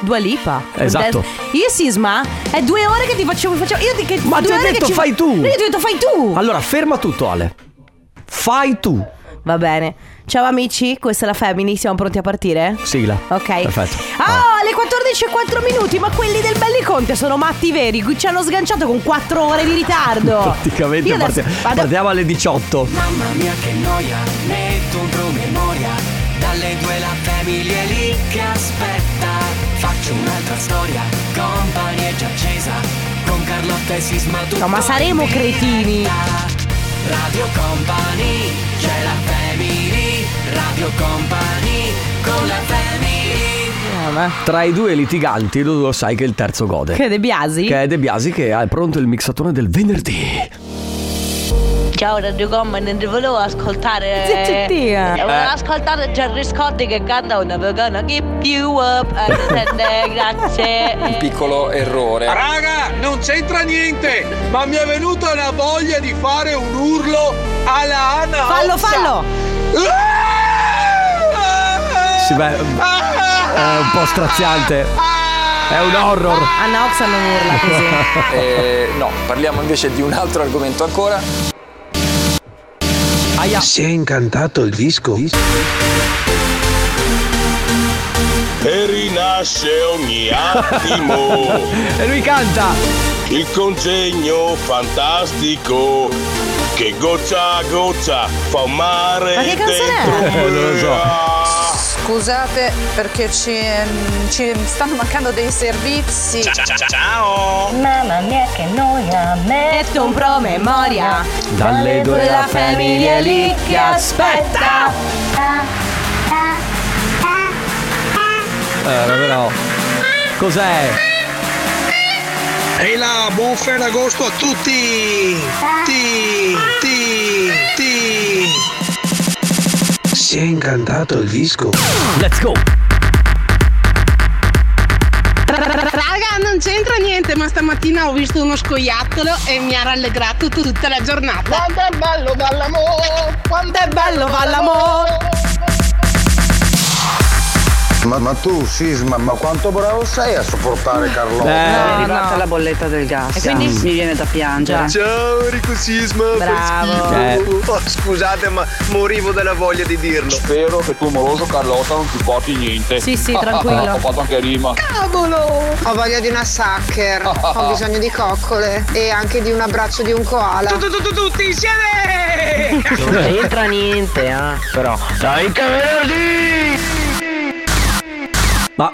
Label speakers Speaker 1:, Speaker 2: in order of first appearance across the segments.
Speaker 1: Dua Lipa.
Speaker 2: Esatto.
Speaker 1: Io Sisma, è due ore che ti facevo... facevo io ti, che,
Speaker 2: Ma ti
Speaker 1: due
Speaker 2: ho
Speaker 1: ore che
Speaker 2: detto
Speaker 1: ci-
Speaker 2: fai tu.
Speaker 1: Io ti ho detto fai tu.
Speaker 2: Allora, ferma tutto, Ale. Fai tu.
Speaker 1: Va bene. Ciao amici, questa è la Family, siamo pronti a partire?
Speaker 2: Sigla.
Speaker 1: Ok.
Speaker 2: Perfetto.
Speaker 1: Ah, alle 14 e 4 minuti, ma quelli del Belli Conte sono matti veri. Qui ci hanno sganciato con 4 ore di ritardo.
Speaker 2: Praticamente
Speaker 1: Io adesso
Speaker 2: parti-
Speaker 1: vado-
Speaker 2: partiamo alle 18.
Speaker 3: Mamma mia che noia, metto un promemoria Dalle due la famiglia è lì che aspetta Faccio un'altra storia, compagnia già accesa Con Carlotta e Sisma tutto
Speaker 1: No, ma saremo
Speaker 3: in diretta.
Speaker 1: cretini.
Speaker 3: Radio Company, c'è la family Radio Company, con la family
Speaker 2: Eh,
Speaker 1: Ah, ma-
Speaker 2: Tra i due litiganti, tu lo sai che il terzo gode.
Speaker 1: Che De Biasi?
Speaker 2: Che è De Biasi che ha pronto il mixatone del venerdì.
Speaker 4: Ciao Radio Comma, non ti volevo ascoltare.
Speaker 1: Zittitia.
Speaker 4: Eh, Volevo ascoltare Gerry Scotti che canta una vegana keep you up. Eh, Grazie.
Speaker 5: piccolo errore.
Speaker 6: Ah!
Speaker 7: Raga, non c'entra niente, ma mi è venuta la voglia di fare un urlo alla Ana.
Speaker 1: Fallo, fallo.
Speaker 2: Sì, beh, è un po' straziante. È un horror.
Speaker 1: Anna Oxa non urla così.
Speaker 5: Eh, no, parliamo invece di un altro argomento ancora.
Speaker 2: Aia.
Speaker 6: Si è incantato il disco?
Speaker 8: E rinasce ogni attimo
Speaker 2: E lui canta.
Speaker 8: il congegno fantastico che goccia a goccia fa un mare
Speaker 1: Ma che canzone è?
Speaker 8: dentro
Speaker 2: Eh, non lo so.
Speaker 8: me.
Speaker 9: Scusate perché ci, ci stanno mancando dei servizi.
Speaker 4: Mamma mia che noia, me.
Speaker 1: Metto un promemoria.
Speaker 2: Dalle due la famiglia è lì che
Speaker 1: aspetta.
Speaker 2: Eh, però. Cos'è?
Speaker 7: E la buon Ferragosto a tutti! Ti, ti, ti.
Speaker 6: Si è incantato il disco?
Speaker 2: Let's go.
Speaker 10: Raga, non c'entra niente, ma stamattina ho visto uno scoiattolo e mi ha rallegrato tutta la giornata.
Speaker 7: Quanto è bello dall'amore! Quanto è
Speaker 1: Bello va l'amore.
Speaker 6: Ma, ma tu, Sisma, ma quanto bravo sei a sopportare Carlotta?
Speaker 2: Eh,
Speaker 9: arrivata la bolletta del gas. E quindi mi viene da piangere.
Speaker 7: Ciao Rico Sisma, Oh,
Speaker 1: Bravo.
Speaker 2: eh,
Speaker 7: Certo. scusate ma morivo dalla voglia di dirlo.
Speaker 5: Spero che tu moroso Carlotta non ti porti niente.
Speaker 1: Sì, sì, tranquillo.
Speaker 5: Ho fatto anche rima.
Speaker 9: Ho voglia di una sucker, ho bisogno di coccole e anche di un abbraccio di un koala.
Speaker 7: Tutti insieme!
Speaker 2: ma.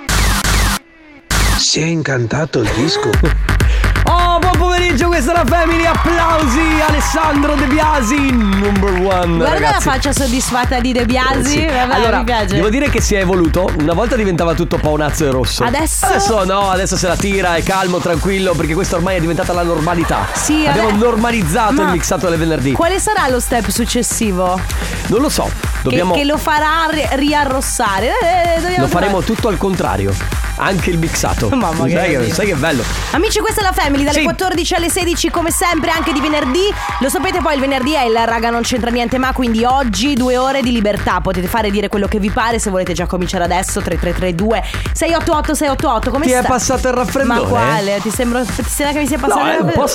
Speaker 6: Si è incantato il disco?
Speaker 2: Oh, buon pomeriggio, questa è la Family. Applausi, Alessandro De Biasi, number one.
Speaker 1: Guarda
Speaker 2: ragazzi.
Speaker 1: la faccia soddisfatta di De Biasi.
Speaker 2: Sì.
Speaker 1: Vabbè,
Speaker 2: allora,
Speaker 1: mi piace.
Speaker 2: devo dire che si è evoluto. Una volta diventava tutto paonazzo e rosso.
Speaker 1: Adesso?
Speaker 2: Adesso no, adesso se la tira, è calmo, tranquillo, perché questa ormai è diventata la normalità.
Speaker 1: Sì,
Speaker 2: Abbiamo
Speaker 1: vabbè.
Speaker 2: normalizzato
Speaker 1: Ma-
Speaker 2: il mixato alle venerdì.
Speaker 1: Quale sarà lo step successivo? Che-
Speaker 2: Non lo so, dobbiamo.
Speaker 1: Che, lo farà ri- riarrossare. Eh, eh, dobbiamo
Speaker 2: Lo faremo
Speaker 1: provare.
Speaker 2: tutto al contrario. Anche il mixato.
Speaker 1: Mamma, che
Speaker 2: sai, che,
Speaker 1: meraviglia.
Speaker 2: sai che bello.
Speaker 1: Amici, questa è la Family dalle
Speaker 2: Sì.
Speaker 1: 14 alle 16 come sempre anche di venerdì. Lo sapete poi il venerdì è il raga non c'entra niente ma quindi oggi due ore di libertà. Potete fare e dire quello che vi pare se volete già cominciare adesso 3332 688 688 come
Speaker 2: Ti è
Speaker 1: sta-
Speaker 2: passato il raffreddore? eh?
Speaker 1: Ma quale? Ti sembra ti sembra che mi sia passato
Speaker 2: No,
Speaker 1: il
Speaker 2: eh, un po'
Speaker 1: raffreddore?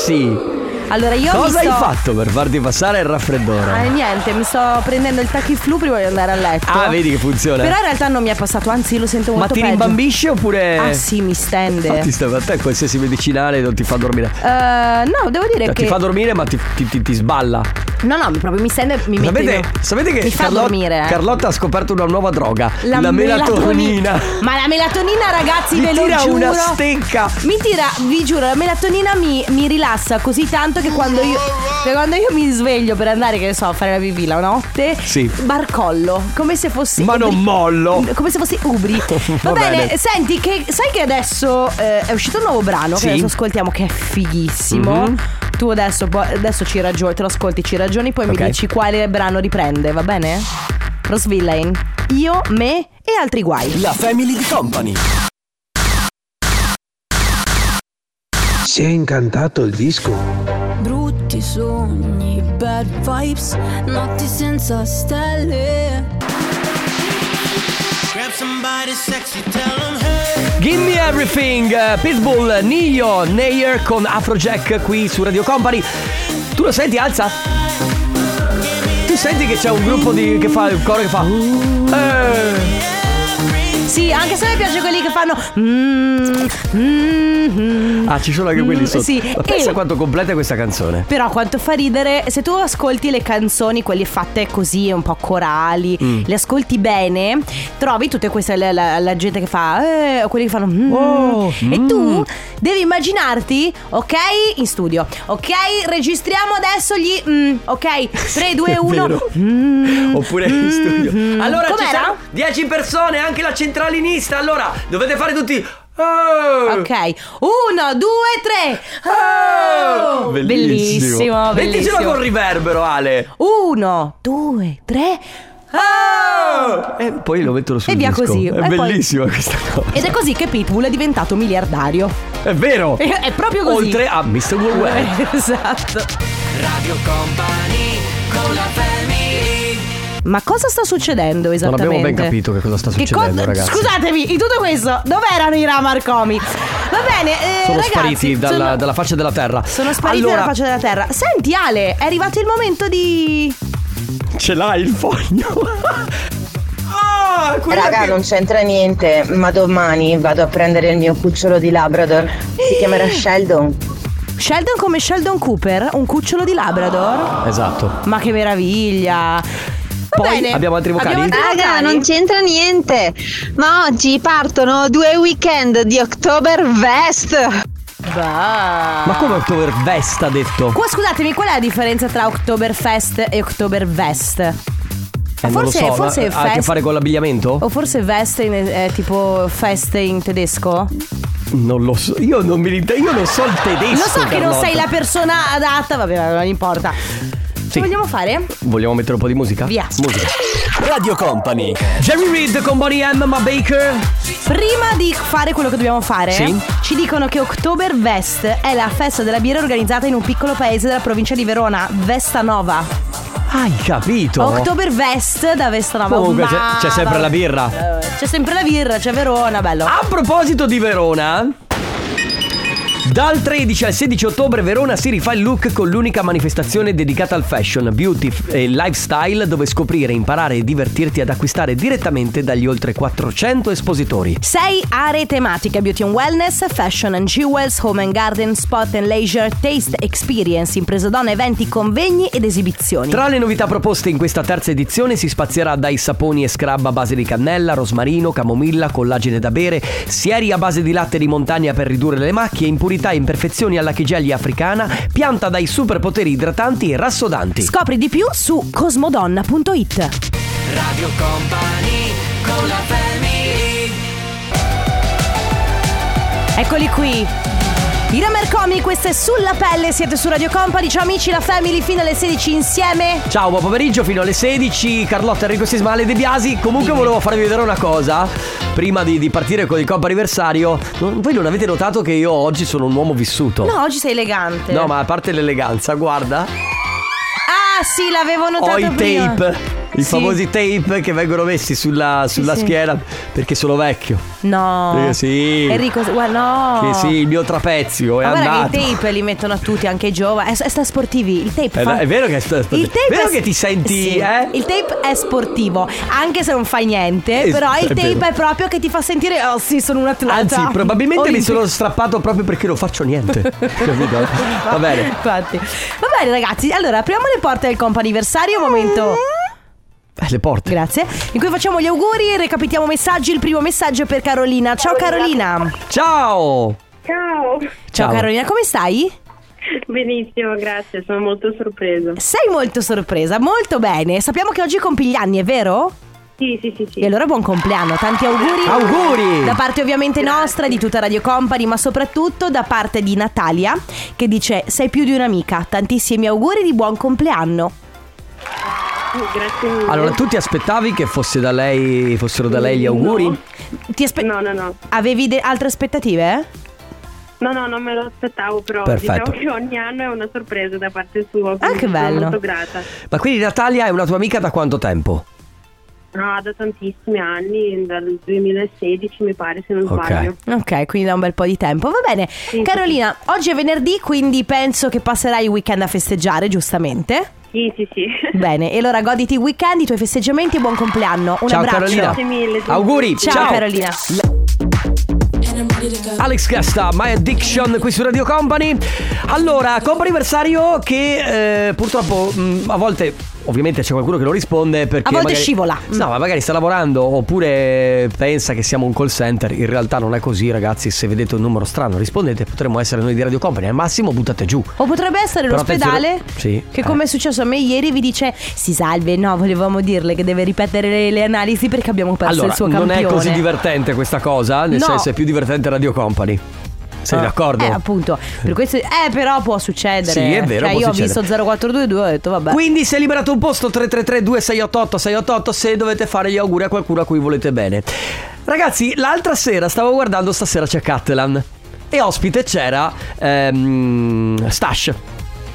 Speaker 2: sì.
Speaker 1: Allora io mi
Speaker 2: Cosa hai
Speaker 1: sto
Speaker 2: fatto per farti passare il raffreddore?
Speaker 1: Ah, niente, mi sto prendendo il tachiflu prima di andare a letto.
Speaker 2: Eh. Ah, vedi che funziona.
Speaker 1: Però in realtà non mi è passato, anzi lo sento
Speaker 2: Ma
Speaker 1: molto
Speaker 2: ti
Speaker 1: peggio.
Speaker 2: rimbambisce oppure.
Speaker 1: Ah sì, mi stende.
Speaker 2: eh. Infatti, sta- a te qualsiasi medicinale non ti fa dormire.
Speaker 1: Eh, no, devo dire
Speaker 2: Cioè,
Speaker 1: che
Speaker 2: Ti fa dormire ma ti, ti- ti- ti sballa.
Speaker 1: No, no, mi- proprio mi stende mi mette
Speaker 2: Sapete,
Speaker 1: in-
Speaker 2: sapete che
Speaker 1: mi fa
Speaker 2: Carlo-
Speaker 1: dormire. eh.
Speaker 2: Carlotta ha scoperto una nuova droga. La,
Speaker 1: melatoni-
Speaker 2: melatonina.
Speaker 1: Ma la melatonina, ragazzi,
Speaker 2: Ti
Speaker 1: ve lo
Speaker 2: tira
Speaker 1: giuro.
Speaker 2: una stecca.
Speaker 1: Mi tira, vi giuro, la melatonina mi, mi rilassa così tanto che quando io, che quando io mi sveglio per andare, che ne so, a fare la pipì la notte,
Speaker 2: Sì.
Speaker 1: barcollo, come se fossi...
Speaker 2: Ma non
Speaker 1: ubri-
Speaker 2: mollo.
Speaker 1: Oh. Come se fossi ubri. Va,
Speaker 2: Va
Speaker 1: bene.
Speaker 2: bene.
Speaker 1: senti, che, sai che adesso eh, è uscito un nuovo brano
Speaker 2: Sì.
Speaker 1: che adesso ascoltiamo che è fighissimo.
Speaker 2: Mhm.
Speaker 1: Tu adesso, pu- adesso ci ragioni, te lo ascolti, ci ragioni, poi
Speaker 2: Ok.
Speaker 1: mi dici quale brano riprende, va bene? Ross Villain, io, me e altri guai.
Speaker 2: La family di company.
Speaker 6: Si è incantato il disco?
Speaker 4: Brutti sogni, bad vibes, notti senza stelle.
Speaker 11: Grab somebody sexy, tell 'em, hey.
Speaker 2: Gimme Everything, eh, Pitbull, Nio, Nayer con Afrojack qui su Radio Company. Tu lo senti, alza? Tu senti che c'è un gruppo di, che fa il coro che fa. Eh.
Speaker 1: Sì, anche se mi piace quelli che fanno. mm, mm, mm.
Speaker 2: Ah, ci sono anche
Speaker 1: Mm,
Speaker 2: quelli sotto.
Speaker 1: sì.
Speaker 2: Ma pensa
Speaker 1: E-
Speaker 2: quanto completa è questa canzone.
Speaker 1: Però quanto fa ridere se tu ascolti le canzoni, quelle fatte così, un po' corali,
Speaker 2: Mm.
Speaker 1: le ascolti bene, trovi tutte queste la, la- la gente che fa eh, o quelli che fanno mm. e tu devi immaginarti, ok, in studio. Ok, registriamo adesso gli mm, ok, 3 2 1.
Speaker 2: Vero. Oppure in studio. Allora, ci
Speaker 1: Mm. Com'era?
Speaker 2: sono 10 persone, anche la centralinista. Allora, dovete fare tutti. eh.
Speaker 1: Ok, uno, due, tre. Oh! bellissimo,
Speaker 2: Metticelo
Speaker 1: bellissimo.
Speaker 2: con riverbero, Ale.
Speaker 1: Uno, due, tre.
Speaker 2: E poi lo mettono sul
Speaker 1: E via
Speaker 2: disco.
Speaker 1: così.
Speaker 2: È
Speaker 1: E poi-
Speaker 2: bellissima questa cosa.
Speaker 1: Ed è così che Pitbull è diventato miliardario.
Speaker 2: È vero.
Speaker 1: È proprio così.
Speaker 2: Oltre a Mr. Worldwide.
Speaker 1: esatto.
Speaker 3: Radio Company con la family.
Speaker 1: Ma cosa sta succedendo
Speaker 2: Non
Speaker 1: esattamente?
Speaker 2: abbiamo ben capito che cosa sta
Speaker 1: Che
Speaker 2: succedendo,
Speaker 1: cosa-
Speaker 2: ragazzi.
Speaker 1: Scusatemi, in tutto questo, dov'erano i Ramarcomi? Va bene, eh,
Speaker 2: Sono
Speaker 1: ragazzi,
Speaker 2: spariti dalla,
Speaker 1: sono-
Speaker 2: dalla faccia della terra.
Speaker 1: Sono spariti
Speaker 2: allora,
Speaker 1: dalla faccia della terra. Senti Ale, è arrivato il momento di...
Speaker 2: Ce l'hai il fogno? Ah,
Speaker 12: Raga, non c'entra niente, ma domani vado a prendere il mio cucciolo di Labrador. Si chiamerà Sheldon.
Speaker 1: Sheldon come Sheldon Cooper, un cucciolo di Labrador.
Speaker 2: esatto.
Speaker 1: Ma che meraviglia. Va
Speaker 2: Poi
Speaker 1: bene.
Speaker 2: abbiamo altri vocali?
Speaker 13: Raga, non c'entra niente. Ma oggi partono due weekend di Oktoberfest.
Speaker 2: Ma come Oktoberfest ha detto?
Speaker 1: Qua scusatemi, qual è la differenza tra Oktoberfest e Oktobervest?
Speaker 2: Eh, non lo
Speaker 1: forse-
Speaker 2: so, ma
Speaker 1: forse
Speaker 2: ha a che
Speaker 1: fest- Oh.
Speaker 2: fare con l'abbigliamento?
Speaker 1: O forse veste in- eh, è tipo feste in tedesco?
Speaker 2: Non lo so, io non mi rita- io non so il tedesco.
Speaker 1: Lo so che non
Speaker 2: Carlotta.
Speaker 1: sei la persona adatta, vabbè, non importa. Ci vogliamo fare?
Speaker 2: Vogliamo mettere un po' di musica?
Speaker 1: Via.
Speaker 2: Musica. Radio Company. Jerry Reed con Bonnie M, ma Baker.
Speaker 1: Prima di fare quello che dobbiamo fare,
Speaker 2: Sì.
Speaker 1: ci dicono che Oktoberfest è la festa della birra organizzata in un piccolo paese della provincia di Verona, Vestanova.
Speaker 2: Hai capito?
Speaker 1: Oh, Oktoberfest da Vestanova.
Speaker 2: Comunque c'è,
Speaker 1: Ma-
Speaker 2: c'è sempre la birra.
Speaker 1: Eh, C'è sempre la birra, c'è Verona, bello.
Speaker 2: A proposito di Verona. Dal 13 al 16 ottobre Verona si rifà il look con l'unica manifestazione dedicata al fashion, beauty f- e lifestyle dove scoprire, imparare e divertirti ad acquistare direttamente dagli oltre 400 espositori.
Speaker 1: Sei aree tematiche: beauty and wellness, fashion and jewels, home and garden, sport and leisure, taste experience, impresa donna, eventi, convegni ed esibizioni.
Speaker 2: Tra le novità proposte in questa terza edizione si spazierà dai saponi e scrub a base di cannella, rosmarino, camomilla, collagene da bere, sieri a base di latte di montagna per ridurre le macchie, impurità e imperfezioni alla chigeglia africana, pianta dai superpoteri idratanti e rassodanti.
Speaker 1: Scopri di più su cosmodonna.it.
Speaker 3: Radio Company con la family.
Speaker 1: Eccoli qui. I Ramercomi, questa è sulla pelle, siete su Radio Company. Ciao amici, la family fino alle 16 insieme.
Speaker 2: Ciao, buon pomeriggio fino alle 16, Carlotta Enrico Sismale De Biasi. Comunque volevo farvi vedere una cosa. Prima di, di partire con il Coppa anniversario, non- voi non avete notato che io oggi sono un uomo vissuto?
Speaker 1: No, oggi sei elegante.
Speaker 2: No, ma a parte l'eleganza, guarda,
Speaker 1: Ah, sì, l'avevo notato
Speaker 2: ho i
Speaker 1: prima.
Speaker 2: tape. I
Speaker 1: Sì.
Speaker 2: famosi tape che vengono messi sulla, sulla
Speaker 1: sì.
Speaker 2: schiena perché sono vecchio.
Speaker 1: No.
Speaker 2: Eh, sì.
Speaker 1: Enrico, guarda, no.
Speaker 2: Che sì, il mio trapezio è
Speaker 1: Ma guarda
Speaker 2: andato.
Speaker 1: che i tape li mettono a tutti, anche ai giovani. È, è sta sportivi. Il tape
Speaker 2: Eh,
Speaker 1: fa-
Speaker 2: è vero che è sta- sta-
Speaker 1: Il tape
Speaker 2: vero
Speaker 1: è-
Speaker 2: che ti senti,
Speaker 1: sì.
Speaker 2: eh?
Speaker 1: Il tape è sportivo, anche se non fai niente.
Speaker 2: Es-
Speaker 1: però il
Speaker 2: è
Speaker 1: tape
Speaker 2: vero.
Speaker 1: è proprio che ti fa sentire, oh sì, sono un atleta.
Speaker 2: Anzi, probabilmente mi
Speaker 1: Olimpico.
Speaker 2: sono strappato proprio perché non faccio niente. Capito? Va bene.
Speaker 1: Infatti. Va bene, ragazzi. Allora, apriamo le porte del comp anniversario. Momento.
Speaker 2: Eh, le porte.
Speaker 1: Grazie. In cui facciamo gli auguri e recapitiamo messaggi. Il primo messaggio è per Carolina. Ciao Carolina.
Speaker 2: Ciao!
Speaker 14: Ciao.
Speaker 1: Ciao Carolina, come stai?
Speaker 14: Benissimo, grazie, sono molto sorpresa.
Speaker 1: Sei molto sorpresa, molto bene. Sappiamo che oggi compi gli anni, è vero?
Speaker 14: Sì, sì, sì, sì.
Speaker 1: E allora buon compleanno, tanti auguri.
Speaker 2: Auguri!
Speaker 1: Da parte ovviamente nostra, di tutta Radio Company, ma soprattutto da parte di Natalia, che dice sei più di un'amica. Tantissimi auguri di buon compleanno.
Speaker 14: Grazie mille.
Speaker 2: Allora, tu ti aspettavi che fosse da lei, fossero da lei gli auguri?
Speaker 1: Ti aspe-
Speaker 14: No, no, no.
Speaker 1: Avevi de- altre aspettative?
Speaker 14: No, no, non me lo aspettavo, però
Speaker 2: Perfetto.
Speaker 14: diciamo che ogni anno è una sorpresa da parte sua. quindi
Speaker 1: Ah, che bello.
Speaker 14: Sono molto grata.
Speaker 2: Ma quindi Natalia è una tua amica da quanto tempo?
Speaker 14: No, da tantissimi anni, dal 2016 mi pare se non sbaglio.
Speaker 1: ok, quindi da un bel po' di tempo. Va bene. Carolina, oggi è venerdì, quindi penso che passerai il weekend a festeggiare, giustamente.
Speaker 14: Sì, sì, sì.
Speaker 1: Bene, e allora goditi il weekend, i tuoi festeggiamenti e buon compleanno. Un
Speaker 2: Ciao,
Speaker 1: abbraccio.
Speaker 2: Carolina. Grazie mille, tu. Auguri, ciao.
Speaker 1: Carolina.
Speaker 2: Alex Casta, My Addiction qui su Radio Company. Allora, comp'anniversario che eh, purtroppo mh, a volte ovviamente c'è qualcuno che lo risponde perché
Speaker 1: A volte
Speaker 2: magari-
Speaker 1: scivola.
Speaker 2: No, ma magari sta lavorando oppure pensa che siamo un call center, in realtà non è così, ragazzi, se vedete un numero strano rispondete, potremmo essere noi di Radio Company, al massimo buttate giù.
Speaker 1: O potrebbe essere
Speaker 2: Però
Speaker 1: l'ospedale
Speaker 2: attenzione- Sì. eh.
Speaker 1: che come è successo a me ieri vi dice "Si salve, no, volevamo dirle che deve ripetere le, le analisi perché abbiamo perso
Speaker 2: Allora,
Speaker 1: il suo
Speaker 2: non
Speaker 1: campione".
Speaker 2: è così divertente questa cosa, nel
Speaker 1: No.
Speaker 2: senso è più divertente Radio Company. Sei
Speaker 1: Ah.
Speaker 2: d'accordo?
Speaker 1: Eh, appunto. Per questo eh però può succedere.
Speaker 2: Sì, è vero,
Speaker 1: Cioè
Speaker 2: può
Speaker 1: io ho
Speaker 2: succedere.
Speaker 1: visto 0422 e ho detto vabbè.
Speaker 2: Quindi si è liberato un posto 333 2688 688 se dovete fare gli auguri a qualcuno a cui volete bene. Ragazzi, l'altra sera stavo guardando stasera c'è Catalan e ospite c'era ehm, Stash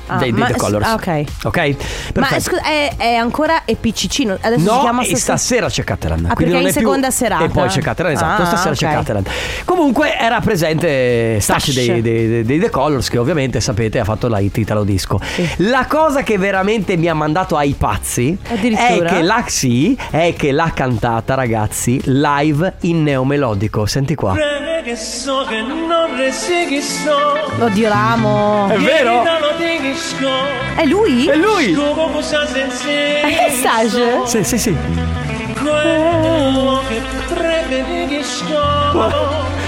Speaker 1: Ah,
Speaker 2: dei
Speaker 1: ma-
Speaker 2: The Colors.
Speaker 1: ah, ok.
Speaker 2: Ok?
Speaker 1: Ma
Speaker 2: Perfetto.
Speaker 1: scusa, è, è ancora EPCC, no? adesso si
Speaker 2: No,
Speaker 1: chiama
Speaker 2: e stasera c'è Catalan.
Speaker 1: Ah,
Speaker 2: quindi
Speaker 1: perché
Speaker 2: non
Speaker 1: è in
Speaker 2: più-
Speaker 1: seconda serata.
Speaker 2: E poi c'è Catalan, esatto.
Speaker 1: Ah,
Speaker 2: stasera
Speaker 1: ok.
Speaker 2: c'è Catalan. Comunque era presente Stash
Speaker 1: Stash.
Speaker 2: dei, dei- dei- dei The Colors, che ovviamente sapete ha fatto la hit Italo Disco. La cosa che veramente mi ha mandato ai pazzi è
Speaker 1: Addirittura?
Speaker 2: che, la, sì, è che l'ha cantata, ragazzi, live in neomelodico. Senti qua.
Speaker 11: Breve che so che non resti chi so.
Speaker 1: Oddio, l'amo.
Speaker 2: È vero?
Speaker 1: È lui?
Speaker 2: Eh, È lui.
Speaker 1: È Sage?
Speaker 2: Sì, sì, sì.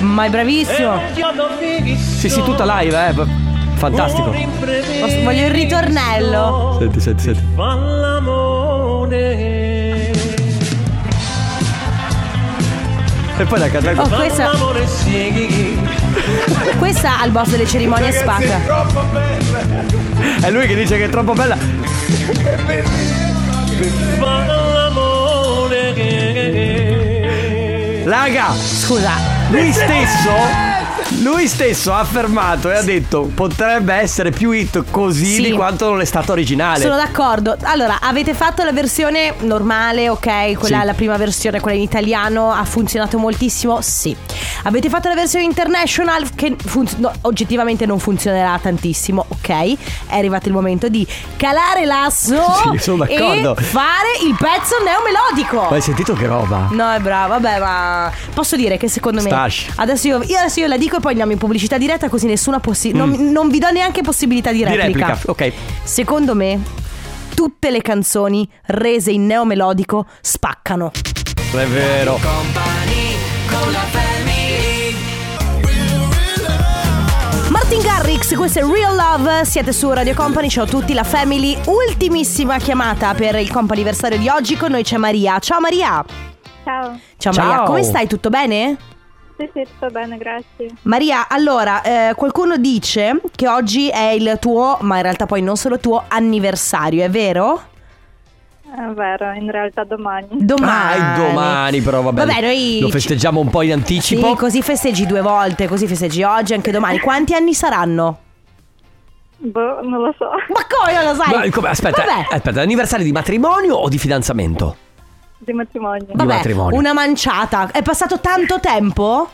Speaker 1: Ma è bravissimo.
Speaker 2: Sì, sì, tutta live, eh. Fantastico.
Speaker 1: Posso- Voglio il ritornello.
Speaker 2: Senti, senti, senti.
Speaker 11: L'amore.
Speaker 2: E poi la cantata.
Speaker 1: Oh, questa. Questa al boss delle cerimonie spacca.
Speaker 2: È lui che dice che è troppo bella. Raga,
Speaker 1: scusa,
Speaker 2: lui stesso lui stesso ha affermato e ha detto potrebbe essere più hit così
Speaker 1: Sì.
Speaker 2: di quanto non è stato originale.
Speaker 1: Sono d'accordo. Allora, avete fatto la versione normale, ok? Quella,
Speaker 2: Sì.
Speaker 1: la prima versione, quella in italiano, ha funzionato moltissimo? Sì. Avete fatto la versione international che fun- no, oggettivamente non funzionerà tantissimo, ok? È arrivato il momento di calare l'asso
Speaker 2: Sì, sono d'accordo.
Speaker 1: e fare il pezzo neomelodico.
Speaker 2: Ma hai sentito che roba?
Speaker 1: No, è brava, vabbè, ma posso dire che secondo me.
Speaker 2: Stash.
Speaker 1: Adesso io, io adesso io la dico e poi andiamo in pubblicità diretta, così nessuna possibilità. Non, non vi do neanche possibilità di
Speaker 2: Mm. Di
Speaker 1: replica.
Speaker 2: replica, ok.
Speaker 1: Secondo me, tutte le canzoni rese in neomelodico spaccano.
Speaker 2: Non è vero.
Speaker 1: Martin Garrix, questo è Real Love, siete su Radio Company, ciao a tutti, la Family, ultimissima chiamata per il comp'anniversario di oggi, con noi c'è Maria. Ciao Maria!
Speaker 15: Ciao.
Speaker 1: Ciao,
Speaker 2: Ciao.
Speaker 1: Maria, come stai? Tutto bene?
Speaker 15: Sì, sì, tutto bene, grazie.
Speaker 1: Maria, allora, eh, qualcuno dice che oggi è il tuo, ma in realtà poi non solo tuo, anniversario, è
Speaker 2: Ah,
Speaker 1: vero?
Speaker 15: È vero, in realtà domani.
Speaker 1: Domani.
Speaker 2: Ah, è domani però vabbè.
Speaker 1: Vabbè, noi
Speaker 2: lo
Speaker 1: ci-
Speaker 2: festeggiamo un po' in
Speaker 1: Sì,
Speaker 2: anticipo.
Speaker 1: così festeggi due volte, così festeggi oggi e anche domani. Quanti anni saranno?
Speaker 15: Boh, non lo so.
Speaker 1: Ma come eh, non lo sai?
Speaker 2: Ma come- aspetta,
Speaker 1: Vabbè,
Speaker 2: aspetta, anniversario di matrimonio o di fidanzamento?
Speaker 15: Di matrimonio.
Speaker 1: vabbè,
Speaker 2: matrimonio.
Speaker 1: una manciata. È passato tanto tempo?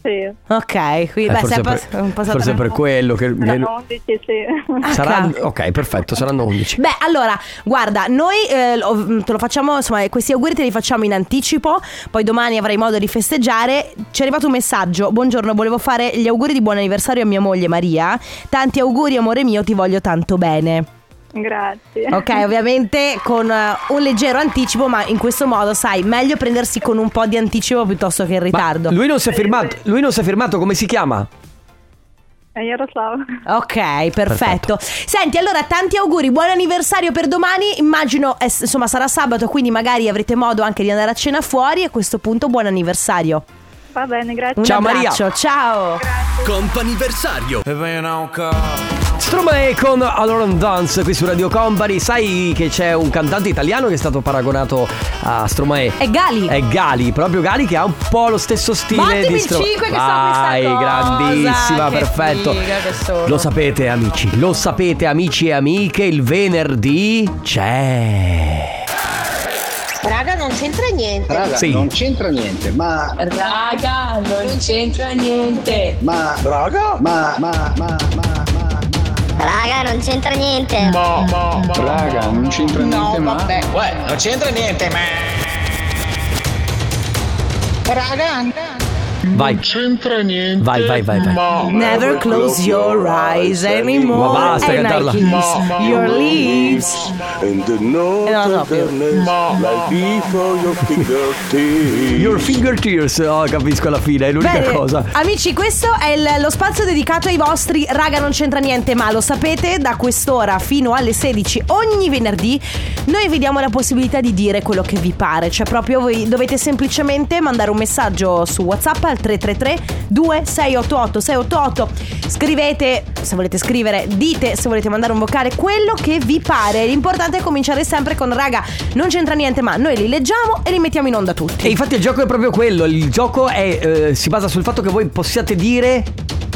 Speaker 15: Sì.
Speaker 1: Ok, quindi
Speaker 2: Eh,
Speaker 1: beh, se
Speaker 2: forse
Speaker 1: è
Speaker 2: per-
Speaker 1: pass- è passato
Speaker 2: forse per quello che...
Speaker 15: Erano 11, sì.
Speaker 1: ah,
Speaker 2: Saranno, ok, perfetto, saranno 11.
Speaker 1: Beh, allora, guarda, noi eh, lo- te lo facciamo, insomma, questi auguri te li facciamo in anticipo, poi domani avrai modo di festeggiare. Ci è arrivato un messaggio, buongiorno, volevo fare gli auguri di buon anniversario a mia moglie Maria. Tanti auguri, amore mio, ti voglio tanto bene.
Speaker 15: Grazie.
Speaker 1: Ok, ovviamente con eh, un leggero anticipo, ma in questo modo, sai, meglio prendersi con un po' di anticipo piuttosto che in ritardo.
Speaker 2: Lui non si è firmato, lui non si è firmato, come si chiama?
Speaker 15: Eh, Jaroslav.
Speaker 1: Ok, perfetto. Senti, allora tanti auguri, buon anniversario per domani. Immagino, eh, s- insomma, sarà sabato, quindi magari avrete modo anche di andare a cena fuori. E a questo punto, buon anniversario.
Speaker 15: Va bene, grazie.
Speaker 1: Un abbraccio, ciao.
Speaker 2: Comp'anniversario. Stromae con Aloran Dance qui su Radio Company. Sai che c'è un cantante italiano che è stato paragonato a Stromae?
Speaker 1: È Gali.
Speaker 2: È Gali, proprio Gali che ha un po' lo stesso stile
Speaker 1: Battimi
Speaker 2: di
Speaker 1: il
Speaker 2: Stromae.
Speaker 1: cinque che so
Speaker 2: Vai,
Speaker 1: questa cosa,
Speaker 2: grandissima,
Speaker 1: che
Speaker 2: perfetto.
Speaker 1: figa che sono.
Speaker 2: Lo sapete amici, lo sapete amici e amiche, il venerdì c'è
Speaker 10: Raga,
Speaker 16: non c'entra niente.
Speaker 6: Raga, non c'entra niente, ma.
Speaker 16: Raga, non c'entra niente.
Speaker 6: Ma. Raga? Ma, ma, ma, ma.
Speaker 16: Raga, non c'entra niente.
Speaker 6: Ma, ma, ma. Raga, non c'entra niente, ma.
Speaker 16: Uè, non c'entra niente, ma. Raga,
Speaker 2: Vai. Non
Speaker 6: c'entra niente.
Speaker 2: Vai, vai, vai. vai.
Speaker 1: Never close your eyes anymore.
Speaker 2: eh, Ma basta
Speaker 1: and
Speaker 2: cantarla.
Speaker 1: I kiss
Speaker 2: Ma, ma,
Speaker 1: your lips.
Speaker 8: And the no
Speaker 1: Eh, non lo so più.
Speaker 8: tenderness like before your fingertips.
Speaker 2: Your finger tears, oh, capisco alla fine, è l'unica
Speaker 1: Bene,
Speaker 2: cosa.
Speaker 1: amici, questo è il- lo spazio dedicato ai vostri Raga non c'entra niente, ma lo sapete, da quest'ora fino alle 16 ogni venerdì noi vi diamo la possibilità di dire quello che vi pare, cioè proprio voi dovete semplicemente mandare un messaggio su WhatsApp al 333 2688 688. Scrivete, se volete scrivere, dite se volete mandare un vocale quello che vi pare. L'importante è cominciare sempre con Raga non c'entra niente, ma noi li leggiamo e li mettiamo in onda tutti.
Speaker 2: E infatti il gioco è proprio quello, il gioco è, eh, si basa sul fatto che voi possiate dire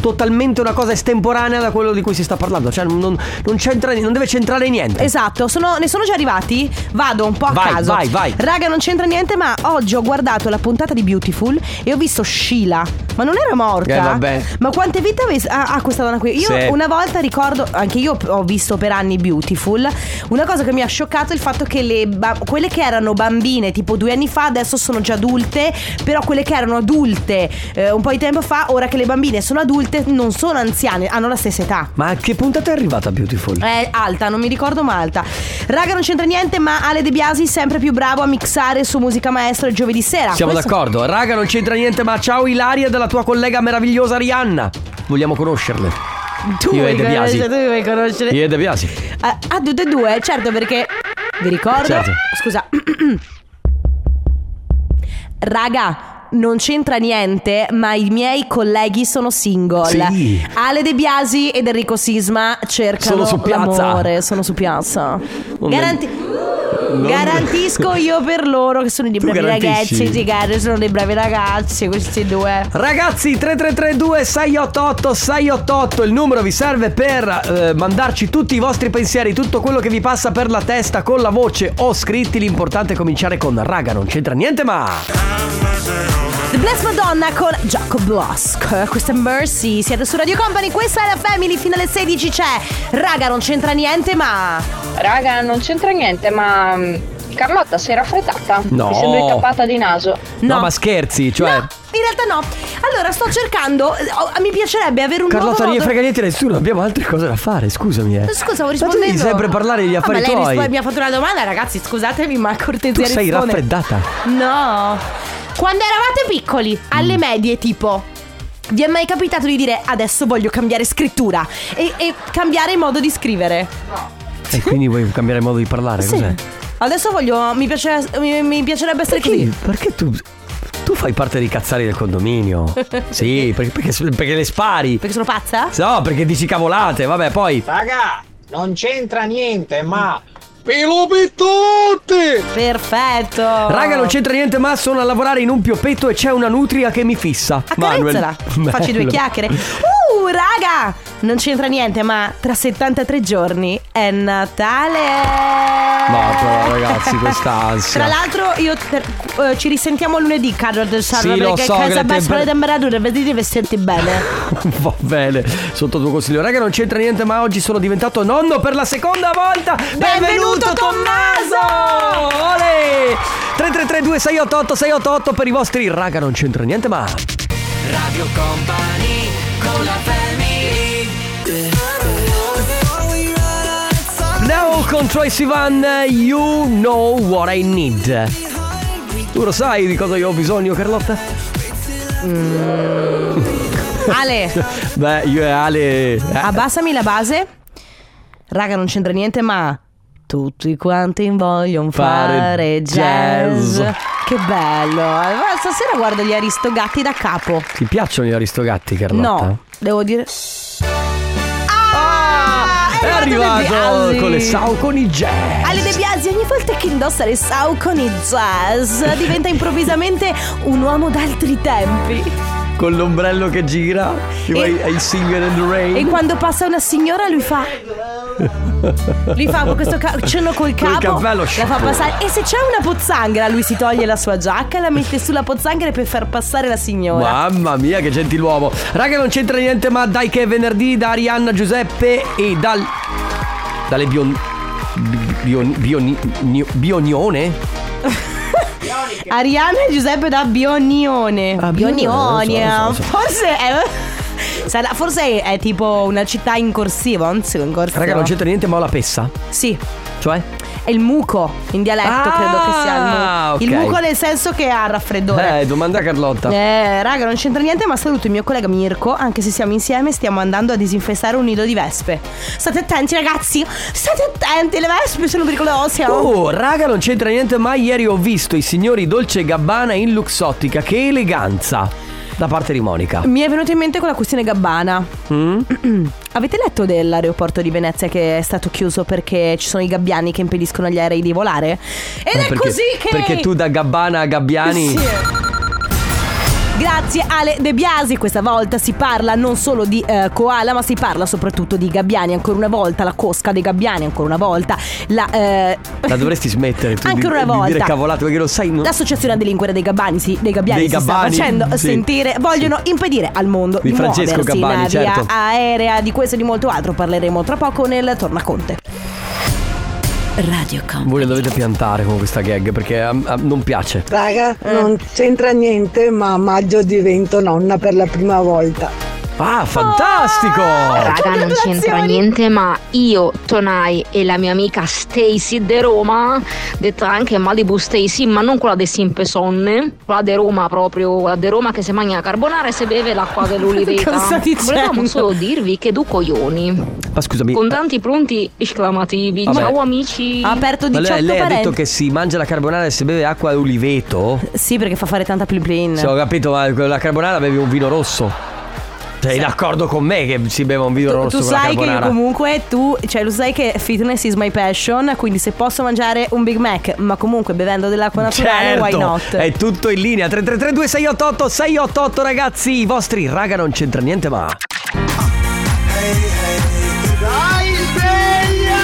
Speaker 2: totalmente una cosa estemporanea da quello di cui si sta parlando, cioè non, non c'entra- non deve centrare niente.
Speaker 1: Esatto, sono- ne sono già arrivati? Vado un po' a
Speaker 2: Vai,
Speaker 1: caso.
Speaker 2: vai, vai.
Speaker 1: Raga, non c'entra niente, ma oggi ho guardato la puntata di Beautiful e ho visto Sheila. Ma non era morta?
Speaker 2: Eh, vabbè.
Speaker 1: Ma quante vite avesse- ha, ha questa donna qui? Io
Speaker 2: Sì.
Speaker 1: una volta ricordo, anche io ho visto per anni Beautiful. Una cosa che mi ha scioccato è il fatto che le ba- quelle che erano bambine tipo due anni fa adesso sono già adulte, però quelle che erano adulte eh, un po' di tempo fa, ora che le bambine sono adulte, non sono anziane, hanno la stessa età.
Speaker 2: Ma a che puntata è arrivata Beautiful?
Speaker 1: È Eh, alta, non mi ricordo ma alta. Raga, non c'entra niente, ma Ale De Biasi sempre più bravo a mixare su musica maestra il giovedì sera.
Speaker 2: Siamo
Speaker 1: Questo-
Speaker 2: d'accordo, raga non c'entra niente ma ciao Ilaria della tua collega meravigliosa Rihanna, vogliamo conoscerle.
Speaker 1: Tu
Speaker 2: Io e
Speaker 1: vuoi
Speaker 2: De Biasi.
Speaker 1: conoscere, tu vuoi conoscere.
Speaker 2: Io e De Biasi.
Speaker 1: Ah, ah, tutte e due, certo, perché vi ricordo.
Speaker 2: Certo.
Speaker 1: Scusa. Raga. Non c'entra niente, ma i miei colleghi sono single.
Speaker 2: Sì.
Speaker 1: Ale De Biasi ed Enrico Sisma cercano
Speaker 2: Sono su piazza.
Speaker 1: l'amore, sono su piazza.
Speaker 2: Non
Speaker 1: Garanti-
Speaker 2: non-
Speaker 1: Garantisco io per loro che sono dei
Speaker 2: Tu
Speaker 1: bravi
Speaker 2: garantisci?
Speaker 1: ragazzi, sì, cara, sono dei bravi ragazzi questi due.
Speaker 2: Ragazzi 3332 688 688 il numero vi serve per eh, mandarci tutti i vostri pensieri, tutto quello che vi passa per la testa con la voce o scritti, l'importante è cominciare con raga non c'entra niente ma
Speaker 1: Ah, The Blessed Madonna con Jacob Blask. Questa è Mercy. Siete su Radio Company, questa è la Family. Fino alle 16 c'è. Raga, non c'entra niente, ma.
Speaker 17: Raga, non c'entra niente, ma mm, Carlotta si era affrettata.
Speaker 2: No.
Speaker 17: Mi sembra incappata di naso.
Speaker 2: No, ma scherzi, cioè
Speaker 1: In realtà no. Allora, sto cercando. oh, mi piacerebbe avere un
Speaker 2: Carlotta
Speaker 1: nuovo
Speaker 2: non gli
Speaker 1: modo-
Speaker 2: frega niente a nessuno, abbiamo altre cose da fare, scusami eh.
Speaker 1: Scusa, ho
Speaker 2: Ma tu devi
Speaker 1: rispondendo.
Speaker 2: sempre parlare degli
Speaker 1: Ah,
Speaker 2: affari
Speaker 1: ma lei
Speaker 2: tuoi.
Speaker 1: rispo- mi ha fatto una domanda, ragazzi, scusatemi, ma
Speaker 2: Tu
Speaker 1: cortesia
Speaker 2: sei
Speaker 1: risponde.
Speaker 2: raffreddata.
Speaker 1: No. Quando eravate piccoli,
Speaker 2: Mm.
Speaker 1: alle medie tipo, vi è mai capitato di dire adesso voglio cambiare scrittura e, e cambiare modo di scrivere?
Speaker 2: E quindi vuoi cambiare modo di parlare, Eh, cos'è?
Speaker 1: Adesso voglio, mi, piace- mi- mi piacerebbe essere
Speaker 2: Perché,
Speaker 1: così.
Speaker 2: perché tu, tu fai parte dei cazzari del condominio? sì, perché, perché- perché le spari.
Speaker 1: Perché sono pazza?
Speaker 2: No, perché dici cavolate, vabbè, poi.
Speaker 7: Raga, non c'entra niente, ma. Pelo tutti!
Speaker 1: Perfetto.
Speaker 2: Raga, non c'entra niente, ma sono a lavorare in un pioppetto e c'è una nutria che mi fissa.
Speaker 1: Accarezzala.
Speaker 2: Manuel.
Speaker 1: Facci due
Speaker 2: Bello.
Speaker 1: chiacchiere. Uh, raga! Non c'entra niente, ma tra 73 giorni è Natale!
Speaker 2: No, però, ragazzi, quest'ansia.
Speaker 1: Tra l'altro, io per- eh, ci risentiamo lunedì, Carol del Sarro,
Speaker 2: Sì, lo
Speaker 1: perché
Speaker 2: so che
Speaker 1: casa
Speaker 2: le
Speaker 1: bassa
Speaker 2: temper-
Speaker 1: le temperature, vedete vestirti bene.
Speaker 2: Va bene, sotto il tuo consiglio. Raga, non c'entra niente, ma oggi sono diventato nonno per la seconda volta. Benvenuto, Tommaso! Ole! 3332 688 688 per i vostri. Raga, non c'entra niente, ma.
Speaker 3: Radio Company con la family
Speaker 2: Now con Tracy Van, you know what I need. Tu lo sai di cosa io ho bisogno, Carlotta?
Speaker 1: Ale,
Speaker 2: Beh, io e Ale. eh,
Speaker 1: abbassami la base. Raga, non c'entra niente, ma tutti quanti vogliono
Speaker 2: Fare
Speaker 1: fare, jazz.
Speaker 2: jazz.
Speaker 1: Che bello. Allora, Stasera guardo gli Aristogatti da capo.
Speaker 2: Ti piacciono gli aristogatti, Carlotta?
Speaker 1: No, devo dire.
Speaker 2: Ah, È
Speaker 1: De
Speaker 2: arrivato
Speaker 1: Biasi.
Speaker 2: con le sau con i jazz.
Speaker 1: Ale De Biasi ogni volta che indossa le sau con i jazz diventa improvvisamente un uomo d'altri tempi.
Speaker 2: con l'ombrello che gira, che vai ai Singer and the Rain.
Speaker 1: E quando passa una signora lui fa Lui fa questo ca- cenno col
Speaker 2: Col
Speaker 1: capo
Speaker 2: cappello,
Speaker 1: La fa passare E se c'è una pozzanghera Lui si toglie la sua giacca e La mette sulla pozzanghera Per far passare la signora
Speaker 2: Mamma mia, che gentiluomo. Raga, non c'entra niente, ma dai che è venerdì da Arianna Giuseppe e dal... Dalle bion... bion... bion... bion... bionione?
Speaker 1: Arianna e Giuseppe da Bionione. Bionione. eh.
Speaker 2: non Ah, so, non so, non so.
Speaker 1: Forse è. sarà- forse è tipo una città in corsivo, anzi in corsivo.
Speaker 2: Raga, non c'entra niente, ma ho la pessa.
Speaker 1: Sì.
Speaker 2: Cioè?
Speaker 1: È il muco, in dialetto
Speaker 2: Ah,
Speaker 1: credo che sia il muco. Il
Speaker 2: ok.
Speaker 1: muco nel senso che ha raffreddore.
Speaker 2: Eh, domanda a Carlotta.
Speaker 1: Eh, raga, non c'entra niente, ma saluto il mio collega Mirko. Anche se siamo insieme, stiamo andando a disinfestare un nido di vespe. State attenti, ragazzi! State attenti, le vespe sono pericolose.
Speaker 2: Oh, raga, non c'entra niente, ma ieri ho visto i signori Dolce e Gabbana in Luxottica. Che eleganza! Da parte di Monica.
Speaker 1: Mi è venuta in mente quella questione Gabbana.
Speaker 2: Mm?
Speaker 1: Avete letto dell'aeroporto di Venezia che è stato chiuso perché ci sono i gabbiani che impediscono agli aerei di volare? Ed
Speaker 2: Ma
Speaker 1: è
Speaker 2: perché-
Speaker 1: così che.
Speaker 2: Perché tu da Gabbana a Gabbiani...
Speaker 1: Sì. Grazie Ale De Biasi, questa volta si parla non solo di eh, koala ma si parla soprattutto di gabbiani, ancora una volta la cosca dei gabbiani, ancora una volta la... eh,
Speaker 2: La dovresti smettere tu
Speaker 1: Anche
Speaker 2: di,
Speaker 1: una
Speaker 2: di dire
Speaker 1: volta.
Speaker 2: cavolate perché lo sai non...
Speaker 1: L'associazione a delinquere dei gabbani, sì, dei gabbiani
Speaker 2: Dei
Speaker 1: si
Speaker 2: gabbani,
Speaker 1: sta facendo
Speaker 2: sì.
Speaker 1: sentire, vogliono impedire al mondo
Speaker 2: Di
Speaker 1: di,
Speaker 2: Francesco
Speaker 1: muoversi
Speaker 2: Gabbani,
Speaker 1: in via
Speaker 2: certo.
Speaker 1: aerea, di questo e di molto altro parleremo tra poco nel Tornaconte. Radio
Speaker 2: Voi la dovete piantare con questa gag perché a- a- non piace.
Speaker 18: Raga,
Speaker 1: Eh.
Speaker 18: non c'entra niente, ma a maggio divento nonna per la prima volta.
Speaker 2: Ah, fantastico!
Speaker 1: Ah.
Speaker 19: Raga, non c'entra niente, ma io, Tonai e la mia amica Stacy de Roma, detta anche Malibu Stacy, ma non quella dei Simpsonne, quella de Roma proprio, quella de Roma che si mangia la carbonara e si beve l'acqua dell'uliveta.
Speaker 1: Cosa stai dicendo?
Speaker 19: Volevamo solo dirvi che du coglioni.
Speaker 2: Ma Ah, scusami.
Speaker 19: Con tanti pronti esclamativi.
Speaker 2: Vabbè.
Speaker 19: Ciao amici.
Speaker 1: Ha aperto
Speaker 2: Ma
Speaker 1: 18
Speaker 2: lei, lei ha
Speaker 1: parenti.
Speaker 2: detto che si mangia la carbonara e si beve acqua d'oliveto?
Speaker 1: Sì, perché fa fare tanta plin plin.
Speaker 2: Se ho capito, ma con la carbonara bevi un vino rosso. Sei d'accordo con me che si beva un vino rosso
Speaker 1: Tu
Speaker 2: con la
Speaker 1: sai che io
Speaker 2: carbonara?
Speaker 1: comunque tu, cioè lo sai che fitness is my passion, quindi se posso mangiare un Big Mac, ma comunque bevendo dell'acqua naturale,
Speaker 2: Certo,
Speaker 1: why not?
Speaker 2: è tutto in linea 3332 688 688 ragazzi i vostri raga non c'entra niente ma
Speaker 1: Eh.
Speaker 3: Dai, sveglia!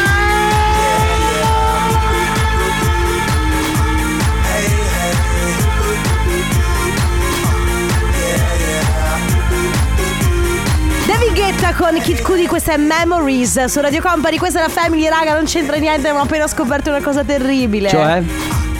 Speaker 1: David Guetta con Kid Cudi, questa è Memories su Radio Company, questa è la Family, raga, non c'entra niente, ma ho appena scoperto una cosa terribile.
Speaker 2: Cioè?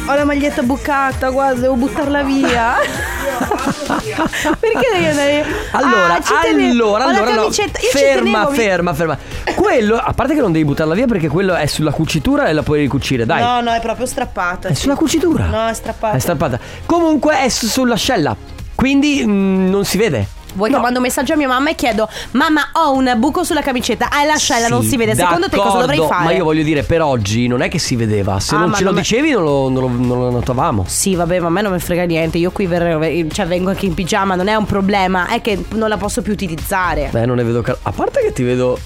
Speaker 1: Ho la maglietta bucata, guarda, devo buttarla via. Perché devi andare?
Speaker 2: Allora,
Speaker 1: Ah, ci tenevo.
Speaker 2: allora,
Speaker 1: Ho la
Speaker 2: allora, no.
Speaker 1: camicetta, io ci
Speaker 2: ferma,
Speaker 1: tenevo, mi-
Speaker 2: ferma, ferma. Quello, a parte che non devi buttarla via perché quello è sulla cucitura e la puoi ricucire, dai.
Speaker 1: No, no, è proprio strappata.
Speaker 2: È sulla cucitura.
Speaker 1: No, è strappata.
Speaker 2: È strappata. Comunque è su- sull'ascella, quindi mm, non si vede.
Speaker 1: Vuoi che mando un messaggio a mia mamma e chiedo: Mamma, ho un buco sulla camicetta. Ah, l'ascella non
Speaker 2: Sì,
Speaker 1: si vede. Secondo te cosa dovrei
Speaker 2: d'accordo,
Speaker 1: fare?
Speaker 2: Ma io voglio dire, per oggi non è che si vedeva. Se
Speaker 1: Ah,
Speaker 2: non
Speaker 1: ma
Speaker 2: ce lo
Speaker 1: non me-
Speaker 2: dicevi, non lo, non lo- non lo notavamo.
Speaker 1: Sì, vabbè, ma a me non mi frega niente. Io qui verrò- cioè, vengo anche in pigiama, non è un problema. È che non la posso più utilizzare.
Speaker 2: Beh, Eh, non ne vedo. cal- a parte che ti vedo.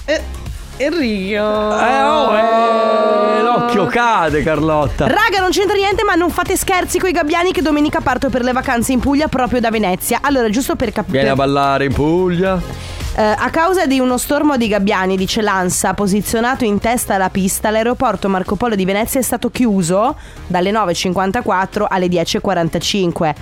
Speaker 1: Enrico.
Speaker 2: Eh, oh, eh, l'occhio cade, Carlotta.
Speaker 1: Raga, non c'entra niente, ma non fate scherzi coi gabbiani che domenica parto per le vacanze in Puglia proprio da Venezia. Allora, giusto per
Speaker 2: Vieni
Speaker 1: capire.
Speaker 2: a ballare in Puglia.
Speaker 1: Eh, a causa di uno stormo di gabbiani, dice l'ANSA, posizionato in testa alla pista, l'aeroporto Marco Polo di Venezia è stato chiuso dalle 9.54 alle 10.45.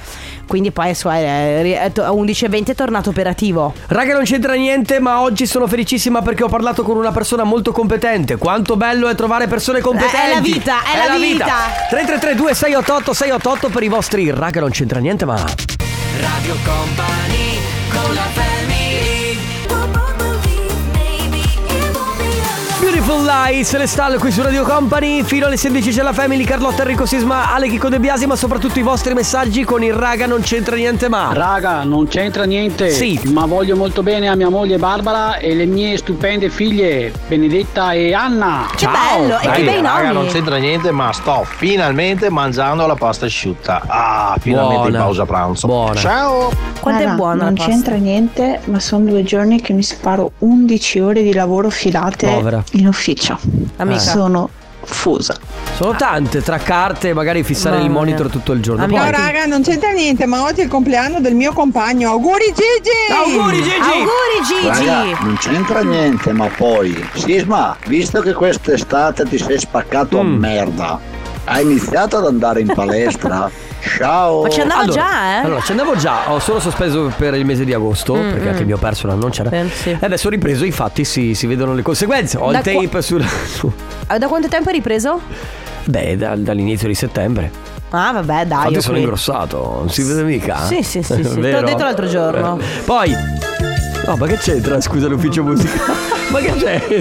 Speaker 1: Quindi poi su- eh, ri- eh, to- a 11.20 è tornato operativo.
Speaker 2: Raga, non c'entra niente, ma oggi sono felicissima perché ho parlato con una persona molto competente. Quanto bello è trovare persone competenti!
Speaker 1: Eh, è la vita, è la vita.
Speaker 2: 3332 688 688 per i vostri raga, non c'entra niente, ma
Speaker 3: Radio Company con la family.
Speaker 2: Beautiful Lies, Celestal qui su Radio Company, fino alle 16 c'è la Family, Carlotta Enrico Sisma, Ale Chico De Biasi, ma soprattutto i vostri messaggi con il raga, non c'entra niente, ma
Speaker 20: Raga, non c'entra niente.
Speaker 2: Sì.
Speaker 20: Ma voglio molto bene a mia moglie Barbara e le mie stupende figlie, Benedetta e Anna.
Speaker 1: Che bello, e che bei
Speaker 21: Raga, non
Speaker 1: nomi.
Speaker 21: c'entra niente, ma sto finalmente mangiando la pasta asciutta. Ah, finalmente
Speaker 2: Buona.
Speaker 21: in pausa pranzo.
Speaker 2: Buona.
Speaker 21: Ciao.
Speaker 1: Quanto è buona
Speaker 22: Non
Speaker 1: la pasta?
Speaker 22: c'entra niente, ma sono due giorni che mi sparo 11 ore di lavoro filate
Speaker 2: Povera. Eh.
Speaker 22: in ufficio.
Speaker 2: Amica.
Speaker 22: Sono confusa.
Speaker 1: Ah.
Speaker 2: Sono tante, tra carte, magari fissare il monitor tutto il giorno. Poi-
Speaker 5: No, raga, non c'entra niente, ma oggi è il compleanno del mio compagno. Auguri Gigi!
Speaker 2: Auguri, Gigi!
Speaker 21: Raga, non c'entra niente, ma poi. Sisma, visto che quest'estate ti sei spaccato a
Speaker 2: Mm.
Speaker 21: merda, hai iniziato ad andare in palestra? Ciao!
Speaker 1: Ma ci andavo
Speaker 2: Allora-
Speaker 1: già, eh?
Speaker 2: Allora, ci andavo già, ho solo sospeso per il mese di agosto,
Speaker 1: Mm,
Speaker 2: perché
Speaker 1: mm.
Speaker 2: anche il mio personal non c'era. E adesso ho ripreso, infatti si, si vedono le conseguenze. Ho
Speaker 1: Da
Speaker 2: il tape sul... su-
Speaker 1: Eh, Da quanto tempo hai ripreso?
Speaker 2: Beh, da- dall'inizio di settembre.
Speaker 1: Ah, vabbè, dai.
Speaker 2: Infatti
Speaker 1: ok.
Speaker 2: sono ingrossato, non si vede mica. eh.
Speaker 1: Sì, sì, sì, sì. Te l'ho
Speaker 2: Vero? Eh.
Speaker 1: detto l'altro giorno.
Speaker 2: Poi... No, ma che c'entra? Scusa l'ufficio musicale. ma che c'è?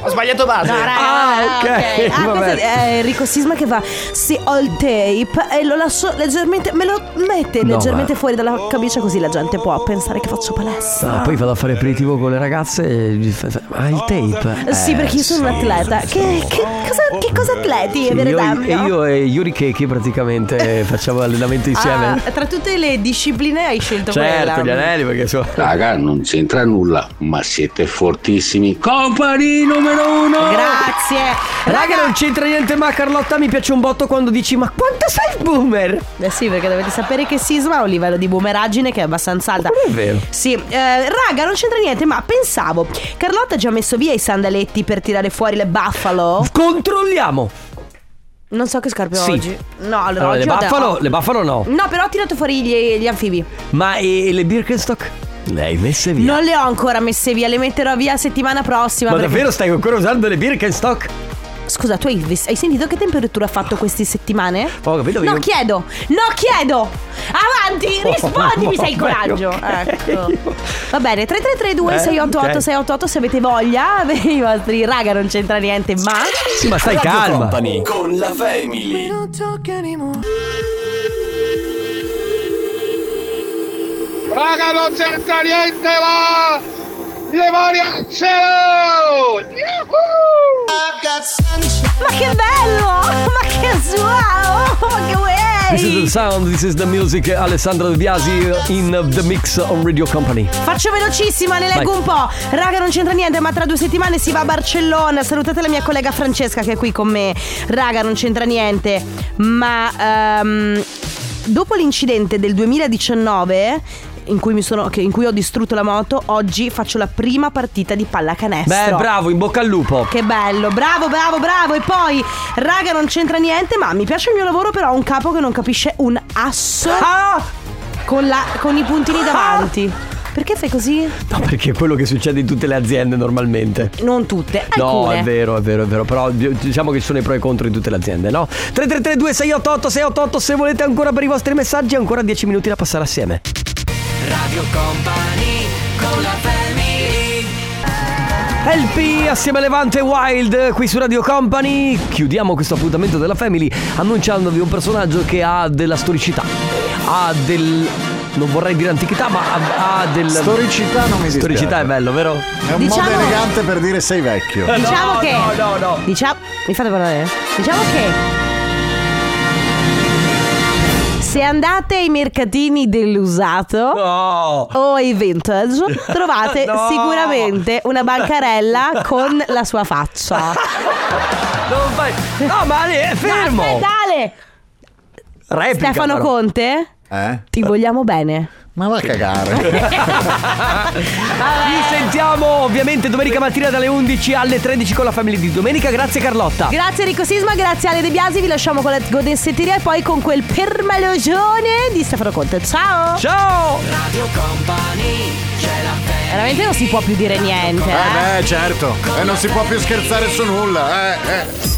Speaker 9: Ho sbagliato base.
Speaker 1: No, raga,
Speaker 9: Ah,
Speaker 1: no, no,
Speaker 9: ok,
Speaker 1: Ah,
Speaker 9: vabbè.
Speaker 1: questo è Enrico Sisma che fa Se ho il tape e lo lascio leggermente Me lo mette
Speaker 2: No,
Speaker 1: leggermente
Speaker 2: ma-
Speaker 1: fuori dalla camicia Così la gente può pensare che faccio
Speaker 2: Ah,
Speaker 1: palestra
Speaker 2: poi vado a fare aperitivo con le ragazze e gli fa- fa- Ah, il tape.
Speaker 1: Sì,
Speaker 2: Eh,
Speaker 1: perché io sono un
Speaker 2: sì.
Speaker 1: atleta che, che cosa, che cosa atleti,
Speaker 2: Sì,
Speaker 1: è vero
Speaker 2: io, e
Speaker 1: Dario?
Speaker 2: io e Yuri Keki praticamente facciamo allenamento insieme.
Speaker 1: Ah, tra tutte le discipline hai scelto
Speaker 2: certo, gli
Speaker 1: quella
Speaker 2: anelli perché sono...
Speaker 23: Raga, non c'entra nulla, ma siete fortissimi. Company numero uno!
Speaker 1: Grazie.
Speaker 2: Raga, non c'entra niente, ma Carlotta mi piace un botto quando dici ma quanto sei boomer?
Speaker 1: Eh sì, perché dovete sapere che Sisma ha un livello di boomeraggine che è abbastanza alta.
Speaker 2: È vero.
Speaker 1: Sì, eh, raga, non c'entra niente, ma pensavo, Carlotta ha già messo via i sandaletti per tirare fuori le buffalo?
Speaker 2: Controlliamo.
Speaker 1: Non so che scarpe ho
Speaker 2: Sì.
Speaker 1: oggi. No, allora,
Speaker 2: Allora, le
Speaker 1: oggi Mm. ho da-
Speaker 2: Buffalo, le Buffalo no.
Speaker 1: No, però ho tirato fuori gli, gli anfibi.
Speaker 2: Ma e, e le Birkenstock? Le hai messe via.
Speaker 1: Non le ho ancora messe via, le metterò via settimana prossima.
Speaker 2: ma
Speaker 1: perché-
Speaker 2: davvero stai ancora usando le Birkenstock?
Speaker 1: Scusa, tu hai, ves- hai sentito che temperatura ha fatto queste settimane?
Speaker 2: Ho capito che
Speaker 1: No,
Speaker 2: io-
Speaker 1: chiedo! No, chiedo! Avanti,
Speaker 2: Oh,
Speaker 1: rispondimi se hai
Speaker 2: vabbè,
Speaker 1: coraggio.
Speaker 2: ok.
Speaker 1: Ecco. Va bene, 3332
Speaker 2: Eh,
Speaker 1: 688
Speaker 2: ok.
Speaker 1: 688 se avete voglia, i vostri raga non c'entra niente, ma
Speaker 2: Sì, ma stai calma.
Speaker 3: Con la family.
Speaker 7: Raga, non c'entra niente, ma... Le mani al cielo!
Speaker 1: Ma che bello! Ma che suono! Ma che
Speaker 2: This is the
Speaker 1: way!
Speaker 2: sound, this is the music. Alessandro De Biasi in The Mix on Radio Company.
Speaker 1: Faccio velocissima, le leggo
Speaker 2: Vai.
Speaker 1: un po'. Raga, non c'entra niente, ma tra due settimane si va a Barcellona. Salutate la mia collega Francesca che è qui con me. Raga, non c'entra niente, ma ehm, dopo l'incidente del 2019 in cui, mi sono- che- in cui ho distrutto la moto, oggi faccio la prima partita di pallacanestro.
Speaker 2: Beh, bravo, in bocca al lupo.
Speaker 1: Che bello, bravo, bravo, bravo. E poi, raga, non c'entra niente, ma mi piace il mio lavoro, però ho un capo che non capisce un asso
Speaker 2: Ah!
Speaker 1: con, la- con i puntini davanti. Perché fai così?
Speaker 2: No, perché è quello che succede in tutte le aziende normalmente.
Speaker 1: Non tutte,
Speaker 2: No,
Speaker 1: alcune.
Speaker 2: è vero, è vero, è vero. Però di- diciamo che ci sono i pro e i contro in tutte le aziende, no? 3332 688 688 se volete ancora per i vostri messaggi, ancora 10 minuti da passare assieme.
Speaker 3: Radio Company con la family.
Speaker 2: LP assieme a Levante Wild qui su Radio Company. Chiudiamo questo appuntamento della Family annunciandovi un personaggio che ha della storicità. Ha del. non vorrei dire antichità, ma ha, ha del.
Speaker 24: Storicità non mi dispiace.
Speaker 2: Storicità è bello, vero?
Speaker 24: È un
Speaker 1: Diciamo-
Speaker 24: modo elegante per dire sei vecchio.
Speaker 1: Diciamo
Speaker 2: No,
Speaker 1: che.
Speaker 2: no, no, no.
Speaker 1: Diciamo. Mi fate parlare? Diciamo che. Se andate ai mercatini dell'usato o ai vintage, trovate
Speaker 2: No.
Speaker 1: sicuramente una bancarella con la sua faccia.
Speaker 2: Ah, Non fai. No, ma Ale, è fermo!
Speaker 1: No, aspetta, Ale!
Speaker 2: Replica,
Speaker 1: Stefano
Speaker 2: però.
Speaker 1: Conte,
Speaker 24: Eh?
Speaker 1: ti vogliamo bene.
Speaker 24: Ma va a cagare.
Speaker 2: Ci
Speaker 1: Eh.
Speaker 2: sentiamo ovviamente domenica mattina dalle 11 alle 13 con la famiglia di domenica. Grazie Carlotta.
Speaker 1: Grazie Enrico Sisma, grazie Ale De Biasi, vi lasciamo con la Golden Setteria e poi con quel permalogione di Stefano Conte. Ciao!
Speaker 2: Ciao!
Speaker 3: Radio Company, c'è la family.
Speaker 1: Veramente non si può più dire niente.
Speaker 24: Eh beh, certo. E non si può più scherzare su nulla. Eh, eh.